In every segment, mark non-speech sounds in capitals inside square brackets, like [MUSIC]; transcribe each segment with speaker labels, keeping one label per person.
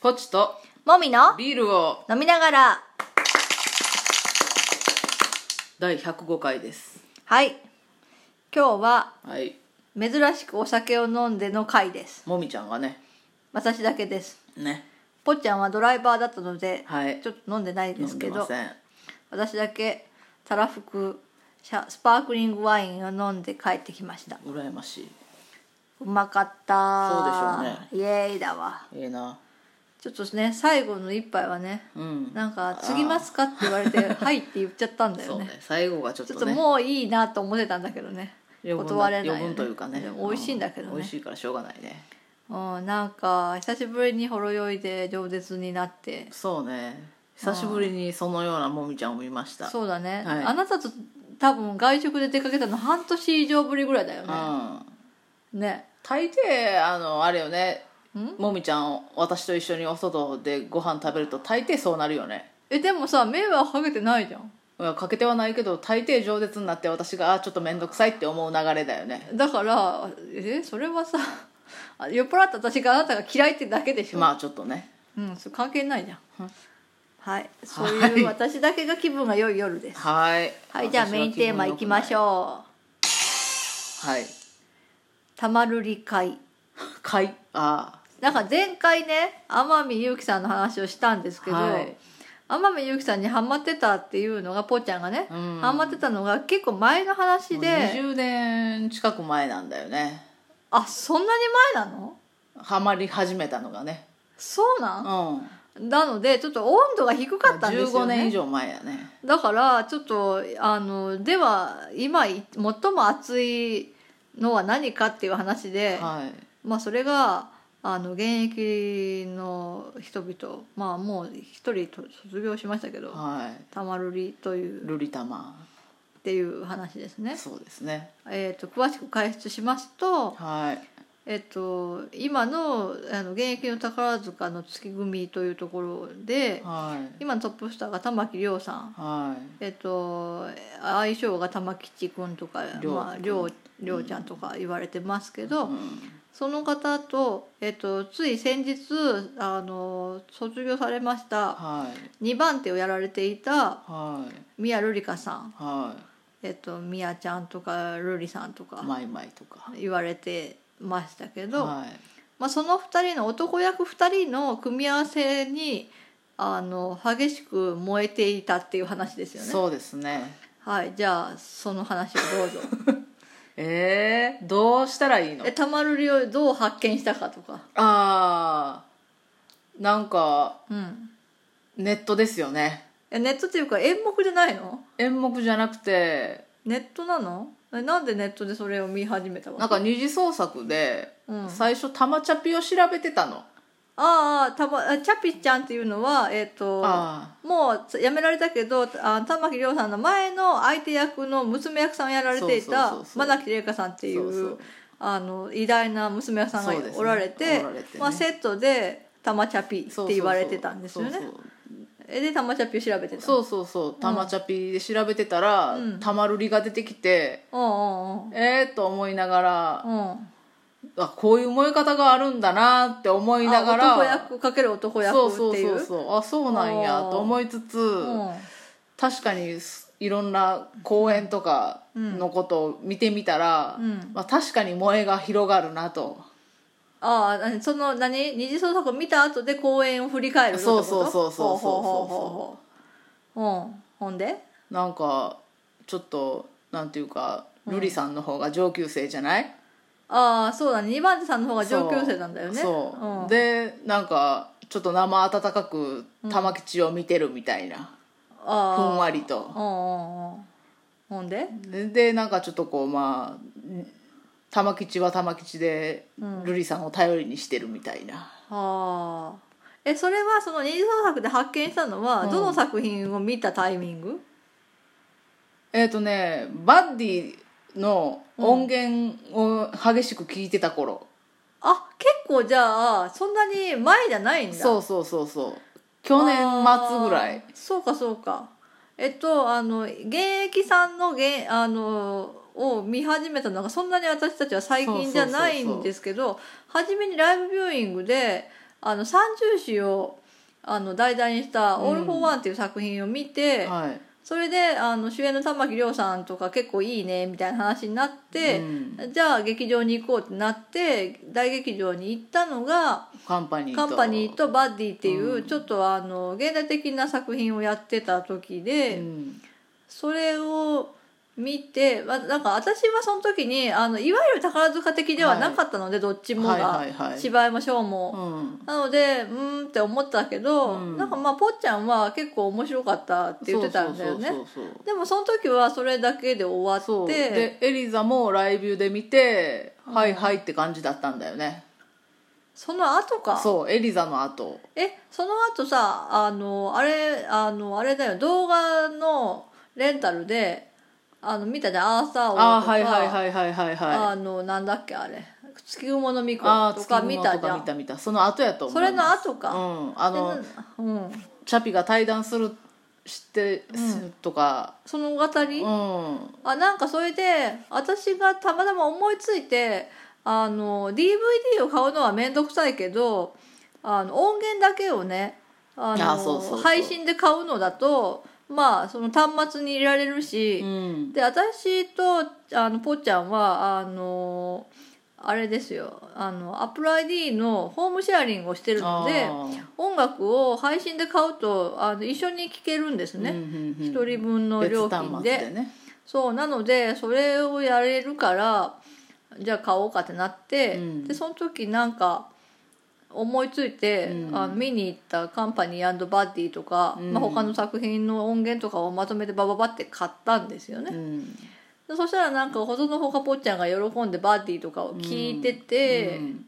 Speaker 1: ポチと
Speaker 2: もみの
Speaker 1: ビールを
Speaker 2: 飲みながら
Speaker 1: 第105回です
Speaker 2: はい今日は
Speaker 1: はい
Speaker 2: 珍しくお酒を飲んでの回です
Speaker 1: もみちゃんがね
Speaker 2: 私だけです
Speaker 1: ね
Speaker 2: ぽっちゃんはドライバーだったので、
Speaker 1: はい
Speaker 2: ちょっと飲んでないで
Speaker 1: 飲
Speaker 2: す
Speaker 1: んで
Speaker 2: け
Speaker 1: ま
Speaker 2: ど
Speaker 1: せん
Speaker 2: 私だけたらふくシャスパークリングワインを飲んで帰ってきました
Speaker 1: 羨ましいう
Speaker 2: まかった
Speaker 1: そうでしょ
Speaker 2: うねイエーイだわ
Speaker 1: ええな
Speaker 2: ちょっとね最後の一杯はね
Speaker 1: うん
Speaker 2: なんか「継ぎますか?」って言われて「はい」って言っちゃったんだ
Speaker 1: そ
Speaker 2: よ
Speaker 1: う
Speaker 2: ね
Speaker 1: ね最後がちょっ
Speaker 2: ちょっ
Speaker 1: と
Speaker 2: と
Speaker 1: ね
Speaker 2: もういいなと思ってたんだけどね
Speaker 1: 余分
Speaker 2: 断れないよね、
Speaker 1: 余分というかね
Speaker 2: でも美味しいんだけど
Speaker 1: う美
Speaker 2: ね
Speaker 1: 味しいからしょうがないね
Speaker 2: うん、なんか久しぶりにほろ酔いで饒舌になって
Speaker 1: そうね久しぶりにそのようなもみちゃんを見ましたう
Speaker 2: そうだね、
Speaker 1: はい
Speaker 2: あなたと多分外食で出かけたの半年以上ぶりぐらいだよね
Speaker 1: ん
Speaker 2: ね
Speaker 1: 大抵あのあれよね
Speaker 2: ん
Speaker 1: もみちゃん私と一緒にお外でご飯食べると大抵そうなるよね
Speaker 2: えでもさ迷惑かけてないじゃん
Speaker 1: うんかけてはないけど大抵饒舌になって私があーちょっと面倒くさいって思う流れだよね
Speaker 2: だからえそれはさあ酔っ払った私があなたが嫌いってだけでしょ、
Speaker 1: まあちょっとね
Speaker 2: うんそれ関係ないじゃん
Speaker 1: うん
Speaker 2: はいそういう私だけが気分が良い夜です
Speaker 1: はい
Speaker 2: はいじゃあメインテーマいきまし
Speaker 1: う
Speaker 2: ょう
Speaker 1: はい
Speaker 2: たまるり会
Speaker 1: かいあ
Speaker 2: なんか前回ね天海祐希さんの話をしたんですけど、
Speaker 1: はい
Speaker 2: 天海祐希さんにハマってたっていうのがぽーちゃんがね、
Speaker 1: あうん
Speaker 2: ハマってたのが結構前の話で
Speaker 1: 20年近く前なんだよね
Speaker 2: あそんなに前なの
Speaker 1: ハマり始めたのがね
Speaker 2: そうな
Speaker 1: うん
Speaker 2: ん、なのでちょっと温度が低かったんです
Speaker 1: 15
Speaker 2: よ
Speaker 1: 年以
Speaker 2: ね
Speaker 1: 上前やね
Speaker 2: だからちょっとあのでは今最も熱いのは何かっていう話で、
Speaker 1: はい
Speaker 2: まあそれがあの現役の人々まあもう一人と卒業しましたけど
Speaker 1: はい
Speaker 2: たまるりという
Speaker 1: ルリタマ
Speaker 2: っていう話ですね、
Speaker 1: そうですね
Speaker 2: えー、と詳しく解説しますと,、
Speaker 1: はい
Speaker 2: えっと今のあの現役の宝塚の月組というところで
Speaker 1: はい
Speaker 2: 今のトップスターが玉木亮さん、
Speaker 1: は
Speaker 2: えっと相性が玉吉君とか
Speaker 1: 亮
Speaker 2: まあ、亮亮ちゃんとか言われてますけ
Speaker 1: い
Speaker 2: ど、
Speaker 1: うん
Speaker 2: その方と、えっと、つい先日あの卒業されました
Speaker 1: はい
Speaker 2: 2番手をやられていた
Speaker 1: はい
Speaker 2: 宮瑠璃香さん
Speaker 1: は
Speaker 2: えっと、みやちゃんとかるりさんと
Speaker 1: い
Speaker 2: か
Speaker 1: マイマイとか
Speaker 2: 言われてましたけど、
Speaker 1: はい
Speaker 2: まあ、その2人の男役2人の組み合わせにあの激しく燃えていたっていう話ですよね。
Speaker 1: そうですね
Speaker 2: はい、じゃあその話をどうぞ [LAUGHS]
Speaker 1: えー、どうしたらいいの
Speaker 2: えたまるりをどう発見したかとか、
Speaker 1: あーなんか
Speaker 2: うん、
Speaker 1: ネットですよね
Speaker 2: えネットっていうか演目じゃないの
Speaker 1: 演目じゃなくて
Speaker 2: ネットなのえなんでネットでそれを見始めたわけ
Speaker 1: なんか二次創作で
Speaker 2: うん、あ
Speaker 1: 最初玉チャピを調べてたの、
Speaker 2: あたまあチャピちゃんっていうのはえっ、と
Speaker 1: あ
Speaker 2: もうつ辞められたけどあ玉木亮さんの前の相手役の娘役さんをやられていた
Speaker 1: そうそうそうそう
Speaker 2: 真崎玲香さんって
Speaker 1: ー
Speaker 2: いう
Speaker 1: そうそう
Speaker 2: あの偉大な娘役さんが
Speaker 1: そうですね
Speaker 2: おられて、
Speaker 1: おられてね
Speaker 2: まあ、セットで「玉チャピ」
Speaker 1: そうそうそう
Speaker 2: って言われてたんですよね
Speaker 1: そうそう
Speaker 2: えで玉チャピを調べてた
Speaker 1: そうそうそう玉チャピで調べてたら、
Speaker 2: うん
Speaker 1: タマルリが出てきて
Speaker 2: うんうん
Speaker 1: えー、と思いながら、
Speaker 2: うんうん
Speaker 1: あこういう燃え方があるんだなって思いながら
Speaker 2: あ男役かける男役
Speaker 1: そう
Speaker 2: っ
Speaker 1: そう
Speaker 2: てい
Speaker 1: そううそうあそうなんやと思いつつ、
Speaker 2: うん
Speaker 1: 確かにすいろんな公演とかのことを見てみたら、
Speaker 2: うん
Speaker 1: まあ、確かに萌えが広がるなと、
Speaker 2: ああ何その何二次創作を見た後で公演を振り返るのってこと
Speaker 1: そうそうそうそうそう
Speaker 2: ほうほうほうほうほううんほんで
Speaker 1: なんかちょっとなんていうか瑠璃さんの方が上級生じゃない、
Speaker 2: ああそうだね2番手さんの方が上級生なんだよね
Speaker 1: そう、
Speaker 2: ん、
Speaker 1: でなんかちょっと生温かく玉吉を見てるみたいな、ふん
Speaker 2: あ
Speaker 1: わりと
Speaker 2: あ、うんうんうん、ほんで
Speaker 1: ででなんかちょっとこうまあ玉吉は玉吉で瑠璃さんを頼りにしてるみたいな、
Speaker 2: ああえそれはその二次創作で発見したのは、
Speaker 1: うん
Speaker 2: どの作品を見たタイミング
Speaker 1: えっ、とねバッディの音源を激しく聞いてた頃、
Speaker 2: あ結構じゃあそんなに前じゃないんだ
Speaker 1: そうそうそうそう去年末ぐら
Speaker 2: あー
Speaker 1: い
Speaker 2: そうかそうかえっとあの現役さんの現あのを見始めたのがそんなに私たちは最近じゃないんですけど初めにライブビューイングであの三重詩をあの題材にした「オール・フォー・ワン」っていう作品を見て、
Speaker 1: はい
Speaker 2: それであの主演の玉木亮さんとか結構いいねみたいな話になって、
Speaker 1: う
Speaker 2: じゃあ劇場に行こうってなって大劇場に行ったのが
Speaker 1: カンパニーと
Speaker 2: カンパニーとバッディっていう、
Speaker 1: うん
Speaker 2: ちょっとあの現代的な作品をやってた時で、
Speaker 1: うん
Speaker 2: それを見て、まあ、なんか私はその時にあのいわゆる宝塚的ではなかったので、どっちもが、
Speaker 1: はいはいはい
Speaker 2: 芝居もショーも。
Speaker 1: うん
Speaker 2: なのでうーんって思ったけど、
Speaker 1: うん
Speaker 2: なんかまあぽっちゃんは結構面白かったって言ってたんだよね
Speaker 1: そうそうそうそう
Speaker 2: でもその時はそれだけで終わ
Speaker 1: そう
Speaker 2: って
Speaker 1: でエリザもライブで見て、
Speaker 2: うん
Speaker 1: はいはいって感じだったんだよね
Speaker 2: その後か
Speaker 1: そうエリザの後
Speaker 2: えその後さあのあれあのあれだよ動画のレンタルであの見たじゃんアーサー王とか
Speaker 1: ああはいはいはいはいはいはい
Speaker 2: あのなんだっけあれ月雲の巫
Speaker 1: あ
Speaker 2: 女
Speaker 1: あ
Speaker 2: と
Speaker 1: 月
Speaker 2: か
Speaker 1: 雲
Speaker 2: 見
Speaker 1: と
Speaker 2: たじゃ
Speaker 1: か見
Speaker 2: ん
Speaker 1: た見たその後やと思う
Speaker 2: それの後か、
Speaker 1: うんあの
Speaker 2: でうん、
Speaker 1: チャピが対談するして、
Speaker 2: う
Speaker 1: とか
Speaker 2: その語
Speaker 1: う
Speaker 2: り、
Speaker 1: ん
Speaker 2: あなんかそれで私がたまたま思いついてあの DVD を買うのは面倒くさいけどあの音源だけをねあの
Speaker 1: あそうそうそう
Speaker 2: 配信で買うのだとまあその端末に入れられるし、
Speaker 1: うん
Speaker 2: で私とあのぽっちゃんはあのあれですよあのアップル ID のホームシェアリングをしてるので
Speaker 1: あー
Speaker 2: 音楽を配信で買うとあの一緒に聴けるんです
Speaker 1: うん
Speaker 2: ね、
Speaker 1: うんうん
Speaker 2: 一人分の料金
Speaker 1: 別
Speaker 2: で
Speaker 1: 端末でね
Speaker 2: そうなのでそれをやれるからじゃあ買おうかってなって、
Speaker 1: うん
Speaker 2: でその時なんか思いついて、
Speaker 1: うん
Speaker 2: あの見に行った「カンパニーバディ」とか、
Speaker 1: うん
Speaker 2: まあ、他の作品の音源とかをまとめてバババって買ったんですよね、
Speaker 1: うん
Speaker 2: でそしたらなんか細のほかぽっちゃんが喜んでバディとかを聞いてて、
Speaker 1: うん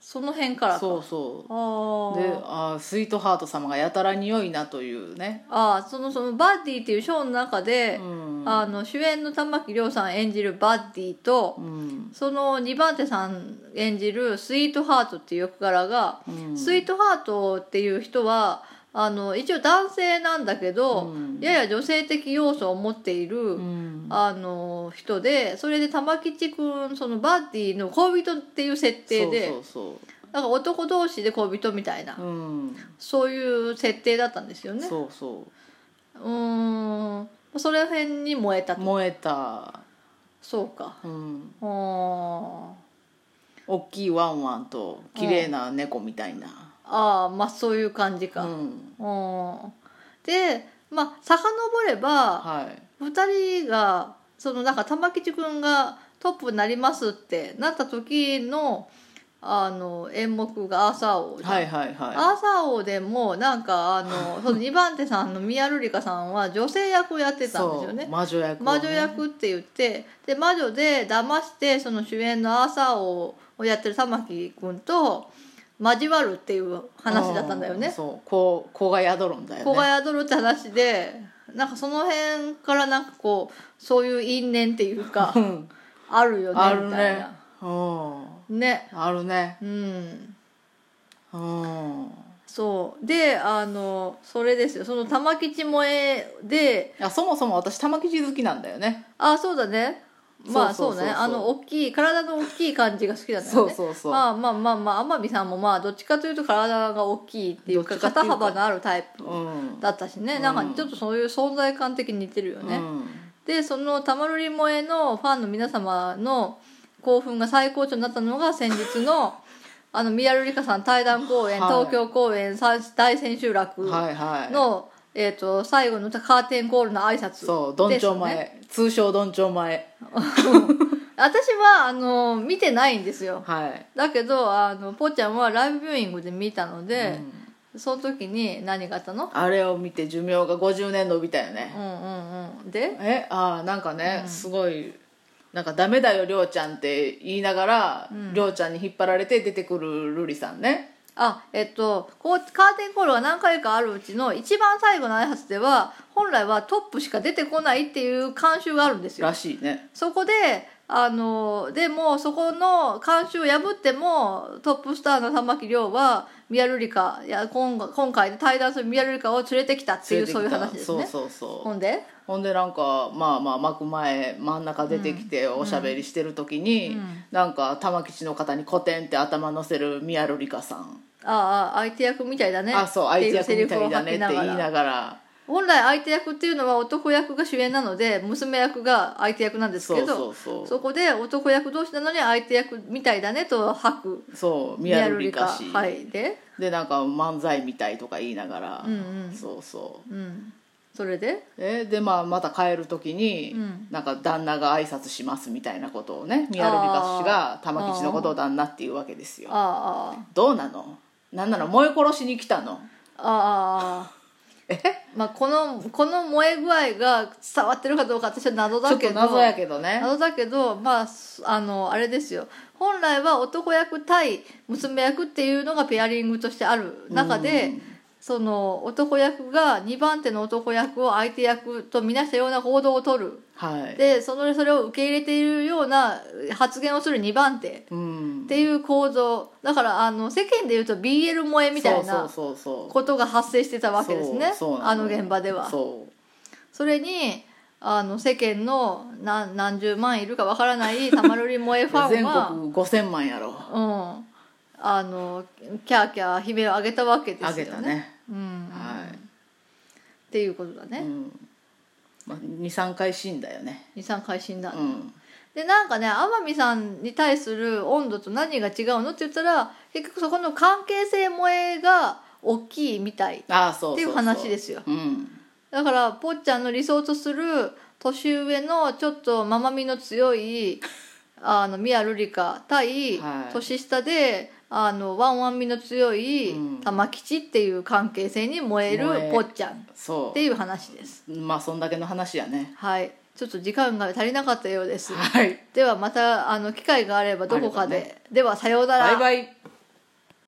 Speaker 2: その辺からか
Speaker 1: そうそう
Speaker 2: あ
Speaker 1: で
Speaker 2: ー
Speaker 1: あースイートハート様がやたら匂いなというね、
Speaker 2: あーそのそのバディっていうショーの中で
Speaker 1: う、ん
Speaker 2: あの主演の玉木亮さん演じるバディと、
Speaker 1: うん
Speaker 2: その2番手さん演じるスイートハートっていう役柄が、
Speaker 1: うん
Speaker 2: スイートハートっていう人はあの一応男性なんだけど、
Speaker 1: うん
Speaker 2: やや女性的要素を持っている、
Speaker 1: うん
Speaker 2: あの人でそれで玉吉くんそのバーティーの恋人っていう設定で
Speaker 1: そうそう
Speaker 2: なんか男同士で恋人みたいな、
Speaker 1: そううん
Speaker 2: そういう設定だったんですよね。
Speaker 1: そうそう
Speaker 2: うーんそれ辺に燃えたと
Speaker 1: 燃えた、
Speaker 2: そうか
Speaker 1: うん、
Speaker 2: うーん
Speaker 1: 大きいワンワンと綺麗な猫みたいな、
Speaker 2: ああまあそういう感じ
Speaker 1: う
Speaker 2: か、
Speaker 1: ん、
Speaker 2: うんでまあ遡れば
Speaker 1: はい
Speaker 2: 2人がそのなんか玉吉くんがトップになりますってなった時のあの演目が「アーサー王」じゃん
Speaker 1: はいはいは
Speaker 2: アーサー王でもなんかあ
Speaker 1: [LAUGHS]
Speaker 2: のその2番手さんの宮瑠璃香さんは女性役をやっ
Speaker 1: い
Speaker 2: てたんですよね
Speaker 1: そう魔女役を
Speaker 2: 魔
Speaker 1: ね
Speaker 2: 女役って言ってで魔女で騙してその主演のアーサー王をやってる玉木くんと交わるっていう話だったんだよね
Speaker 1: うそうこう子が宿るんだよね
Speaker 2: [LAUGHS] 子が宿るって話でなんかその辺からなんかこうそういう因縁っていう
Speaker 1: [LAUGHS]
Speaker 2: か
Speaker 1: うん
Speaker 2: あるよ
Speaker 1: あ
Speaker 2: ね
Speaker 1: る
Speaker 2: みたい
Speaker 1: ね
Speaker 2: な
Speaker 1: うん
Speaker 2: ね
Speaker 1: あるね
Speaker 2: うん
Speaker 1: うん
Speaker 2: そうであのそれですよその玉吉萌えで
Speaker 1: あそもそも私玉吉好きなんだよね
Speaker 2: あそうだねまあ
Speaker 1: そ
Speaker 2: そうう
Speaker 1: そうそうそう
Speaker 2: ねあの大きい体の大きい感じが好きだった
Speaker 1: そ
Speaker 2: よ
Speaker 1: う
Speaker 2: ね
Speaker 1: そうそう、
Speaker 2: まあまあまあまあ天海さんもまあどっちかというと体が大きいっていう
Speaker 1: ど
Speaker 2: か
Speaker 1: っちかっていう
Speaker 2: 肩
Speaker 1: か
Speaker 2: 幅のあるタイプ
Speaker 1: うん
Speaker 2: だったしね、
Speaker 1: うん
Speaker 2: なんかちょっとそういう存在感的に似てるよね、
Speaker 1: うん
Speaker 2: でその「たまるり萌え」のファンの皆様の興奮が最高潮になったのが先日のあの宮瑠璃香さん対談公演、
Speaker 1: はい
Speaker 2: 東京公演さ大千秋楽の、
Speaker 1: はいはい
Speaker 2: えー、と最後のカーテンコールの挨拶
Speaker 1: そうどんちょう前、
Speaker 2: です
Speaker 1: 通称どんちょう前
Speaker 2: 私はあの見てないんですよ
Speaker 1: はい
Speaker 2: だけどあのぽっちゃんはライブビューイングで見たので
Speaker 1: う、ん
Speaker 2: その時に何があったの
Speaker 1: あれを見て寿命が50年伸びたよ
Speaker 2: うん
Speaker 1: ね、
Speaker 2: うんうんで
Speaker 1: えあーなんかね、
Speaker 2: うん
Speaker 1: すごいなんか「ダメだよりょうちゃん」って言いながら、
Speaker 2: うん
Speaker 1: りょうちゃんに引っ張られて出てくるルリさんね
Speaker 2: あえっとこうカーテンコールが何回かあるうちの一番最後の挨拶では本来はトップしか出てこないっていう慣習があるんですよ
Speaker 1: らしいね
Speaker 2: そこであのでもそこの慣習を破ってもトップスターの玉木亮は宮瑠璃香いや今今回で対談する宮瑠璃香を連れてきたっていうそういう話ですね
Speaker 1: そうそうそう
Speaker 2: ほんで、
Speaker 1: ほんでなんかまあまあ幕前真ん中出てきておしゃべりしてる時に、
Speaker 2: うん
Speaker 1: なんか玉吉の方にコテンって頭乗せる宮瑠璃香さん
Speaker 2: ああ相手役みたいだね
Speaker 1: あそう
Speaker 2: って
Speaker 1: 相
Speaker 2: い
Speaker 1: 手役みたいだねって
Speaker 2: セリ
Speaker 1: 言
Speaker 2: フを吐
Speaker 1: い
Speaker 2: きなが
Speaker 1: な
Speaker 2: ら
Speaker 1: がら
Speaker 2: 本来相手役っていうのは男役が主演なので娘役が相手役なんです
Speaker 1: そ
Speaker 2: け
Speaker 1: う
Speaker 2: ど
Speaker 1: そうそう
Speaker 2: そこで男役同士なのに相手役みたいだねと吐く
Speaker 1: そう宮ルリカ氏、
Speaker 2: はいで
Speaker 1: でなんか漫才みたいとか言いながら、
Speaker 2: うんうん
Speaker 1: そうそう
Speaker 2: うんそれで
Speaker 1: えで、まあ、また帰る時に、
Speaker 2: うん
Speaker 1: なんか旦那が挨拶しますみたいなことをね宮ルリカ氏が玉吉のことを旦那っていうわけですよ
Speaker 2: ああ
Speaker 1: どうなのなんなの燃え殺しに来たの
Speaker 2: あああ
Speaker 1: え
Speaker 2: まあこのこの燃え具合が伝わってるかどうか私は謎
Speaker 1: ちょ
Speaker 2: だ
Speaker 1: っ
Speaker 2: け
Speaker 1: と
Speaker 2: ど
Speaker 1: 謎やけどね
Speaker 2: 謎だけどまあすあのあれですよ本来は男役対娘役っていうのがペアリングとしてある中で、
Speaker 1: うん
Speaker 2: その男役が2番手の男役を相手役と見なしたような行動をとる
Speaker 1: はい
Speaker 2: でそのそれを受け入れているような発言をする2番手っ
Speaker 1: うん
Speaker 2: ていう構造だからあの世間でいうと BL 萌えみたいな
Speaker 1: そうそうそう
Speaker 2: ことが発生してたわけですね
Speaker 1: そうそうな
Speaker 2: あの現場では。
Speaker 1: そう
Speaker 2: それにあの世間の何何十万いるかわからないたまるり萌
Speaker 1: [LAUGHS]
Speaker 2: えファン
Speaker 1: 全
Speaker 2: は、
Speaker 1: 国5000万やろ
Speaker 2: うん、あのキャーキャー悲鳴を上げたわけで
Speaker 1: あ
Speaker 2: す
Speaker 1: げ
Speaker 2: よ
Speaker 1: た
Speaker 2: ね。
Speaker 1: ね
Speaker 2: うん、
Speaker 1: はい
Speaker 2: っていうことだ
Speaker 1: う
Speaker 2: ね、
Speaker 1: んまあ、23回死んだよね
Speaker 2: 23回死んだ、
Speaker 1: うん
Speaker 2: でなんかね天海さんに対する温度と何が違うのって言ったら結局そこの関係性萌えが大きいみたいっ
Speaker 1: ああそうそうそう
Speaker 2: ていう話ですよ
Speaker 1: うん
Speaker 2: だからぽっちゃんの理想とする年上のちょっとママみの
Speaker 1: [LAUGHS]
Speaker 2: 強いあの宮瑠璃香対
Speaker 1: はい
Speaker 2: 年下で、あのワンワンみの強い
Speaker 1: うん
Speaker 2: 玉吉っていう関係性に燃える
Speaker 1: 燃え
Speaker 2: ぽっちゃんっ
Speaker 1: そ
Speaker 2: ていう話です
Speaker 1: うまあそんだけの話やね
Speaker 2: はいちょっと時間が足りなかったようです
Speaker 1: はい
Speaker 2: ではまたあの機会があればどこかで、
Speaker 1: あれば
Speaker 2: ではさようなら
Speaker 1: バイバイ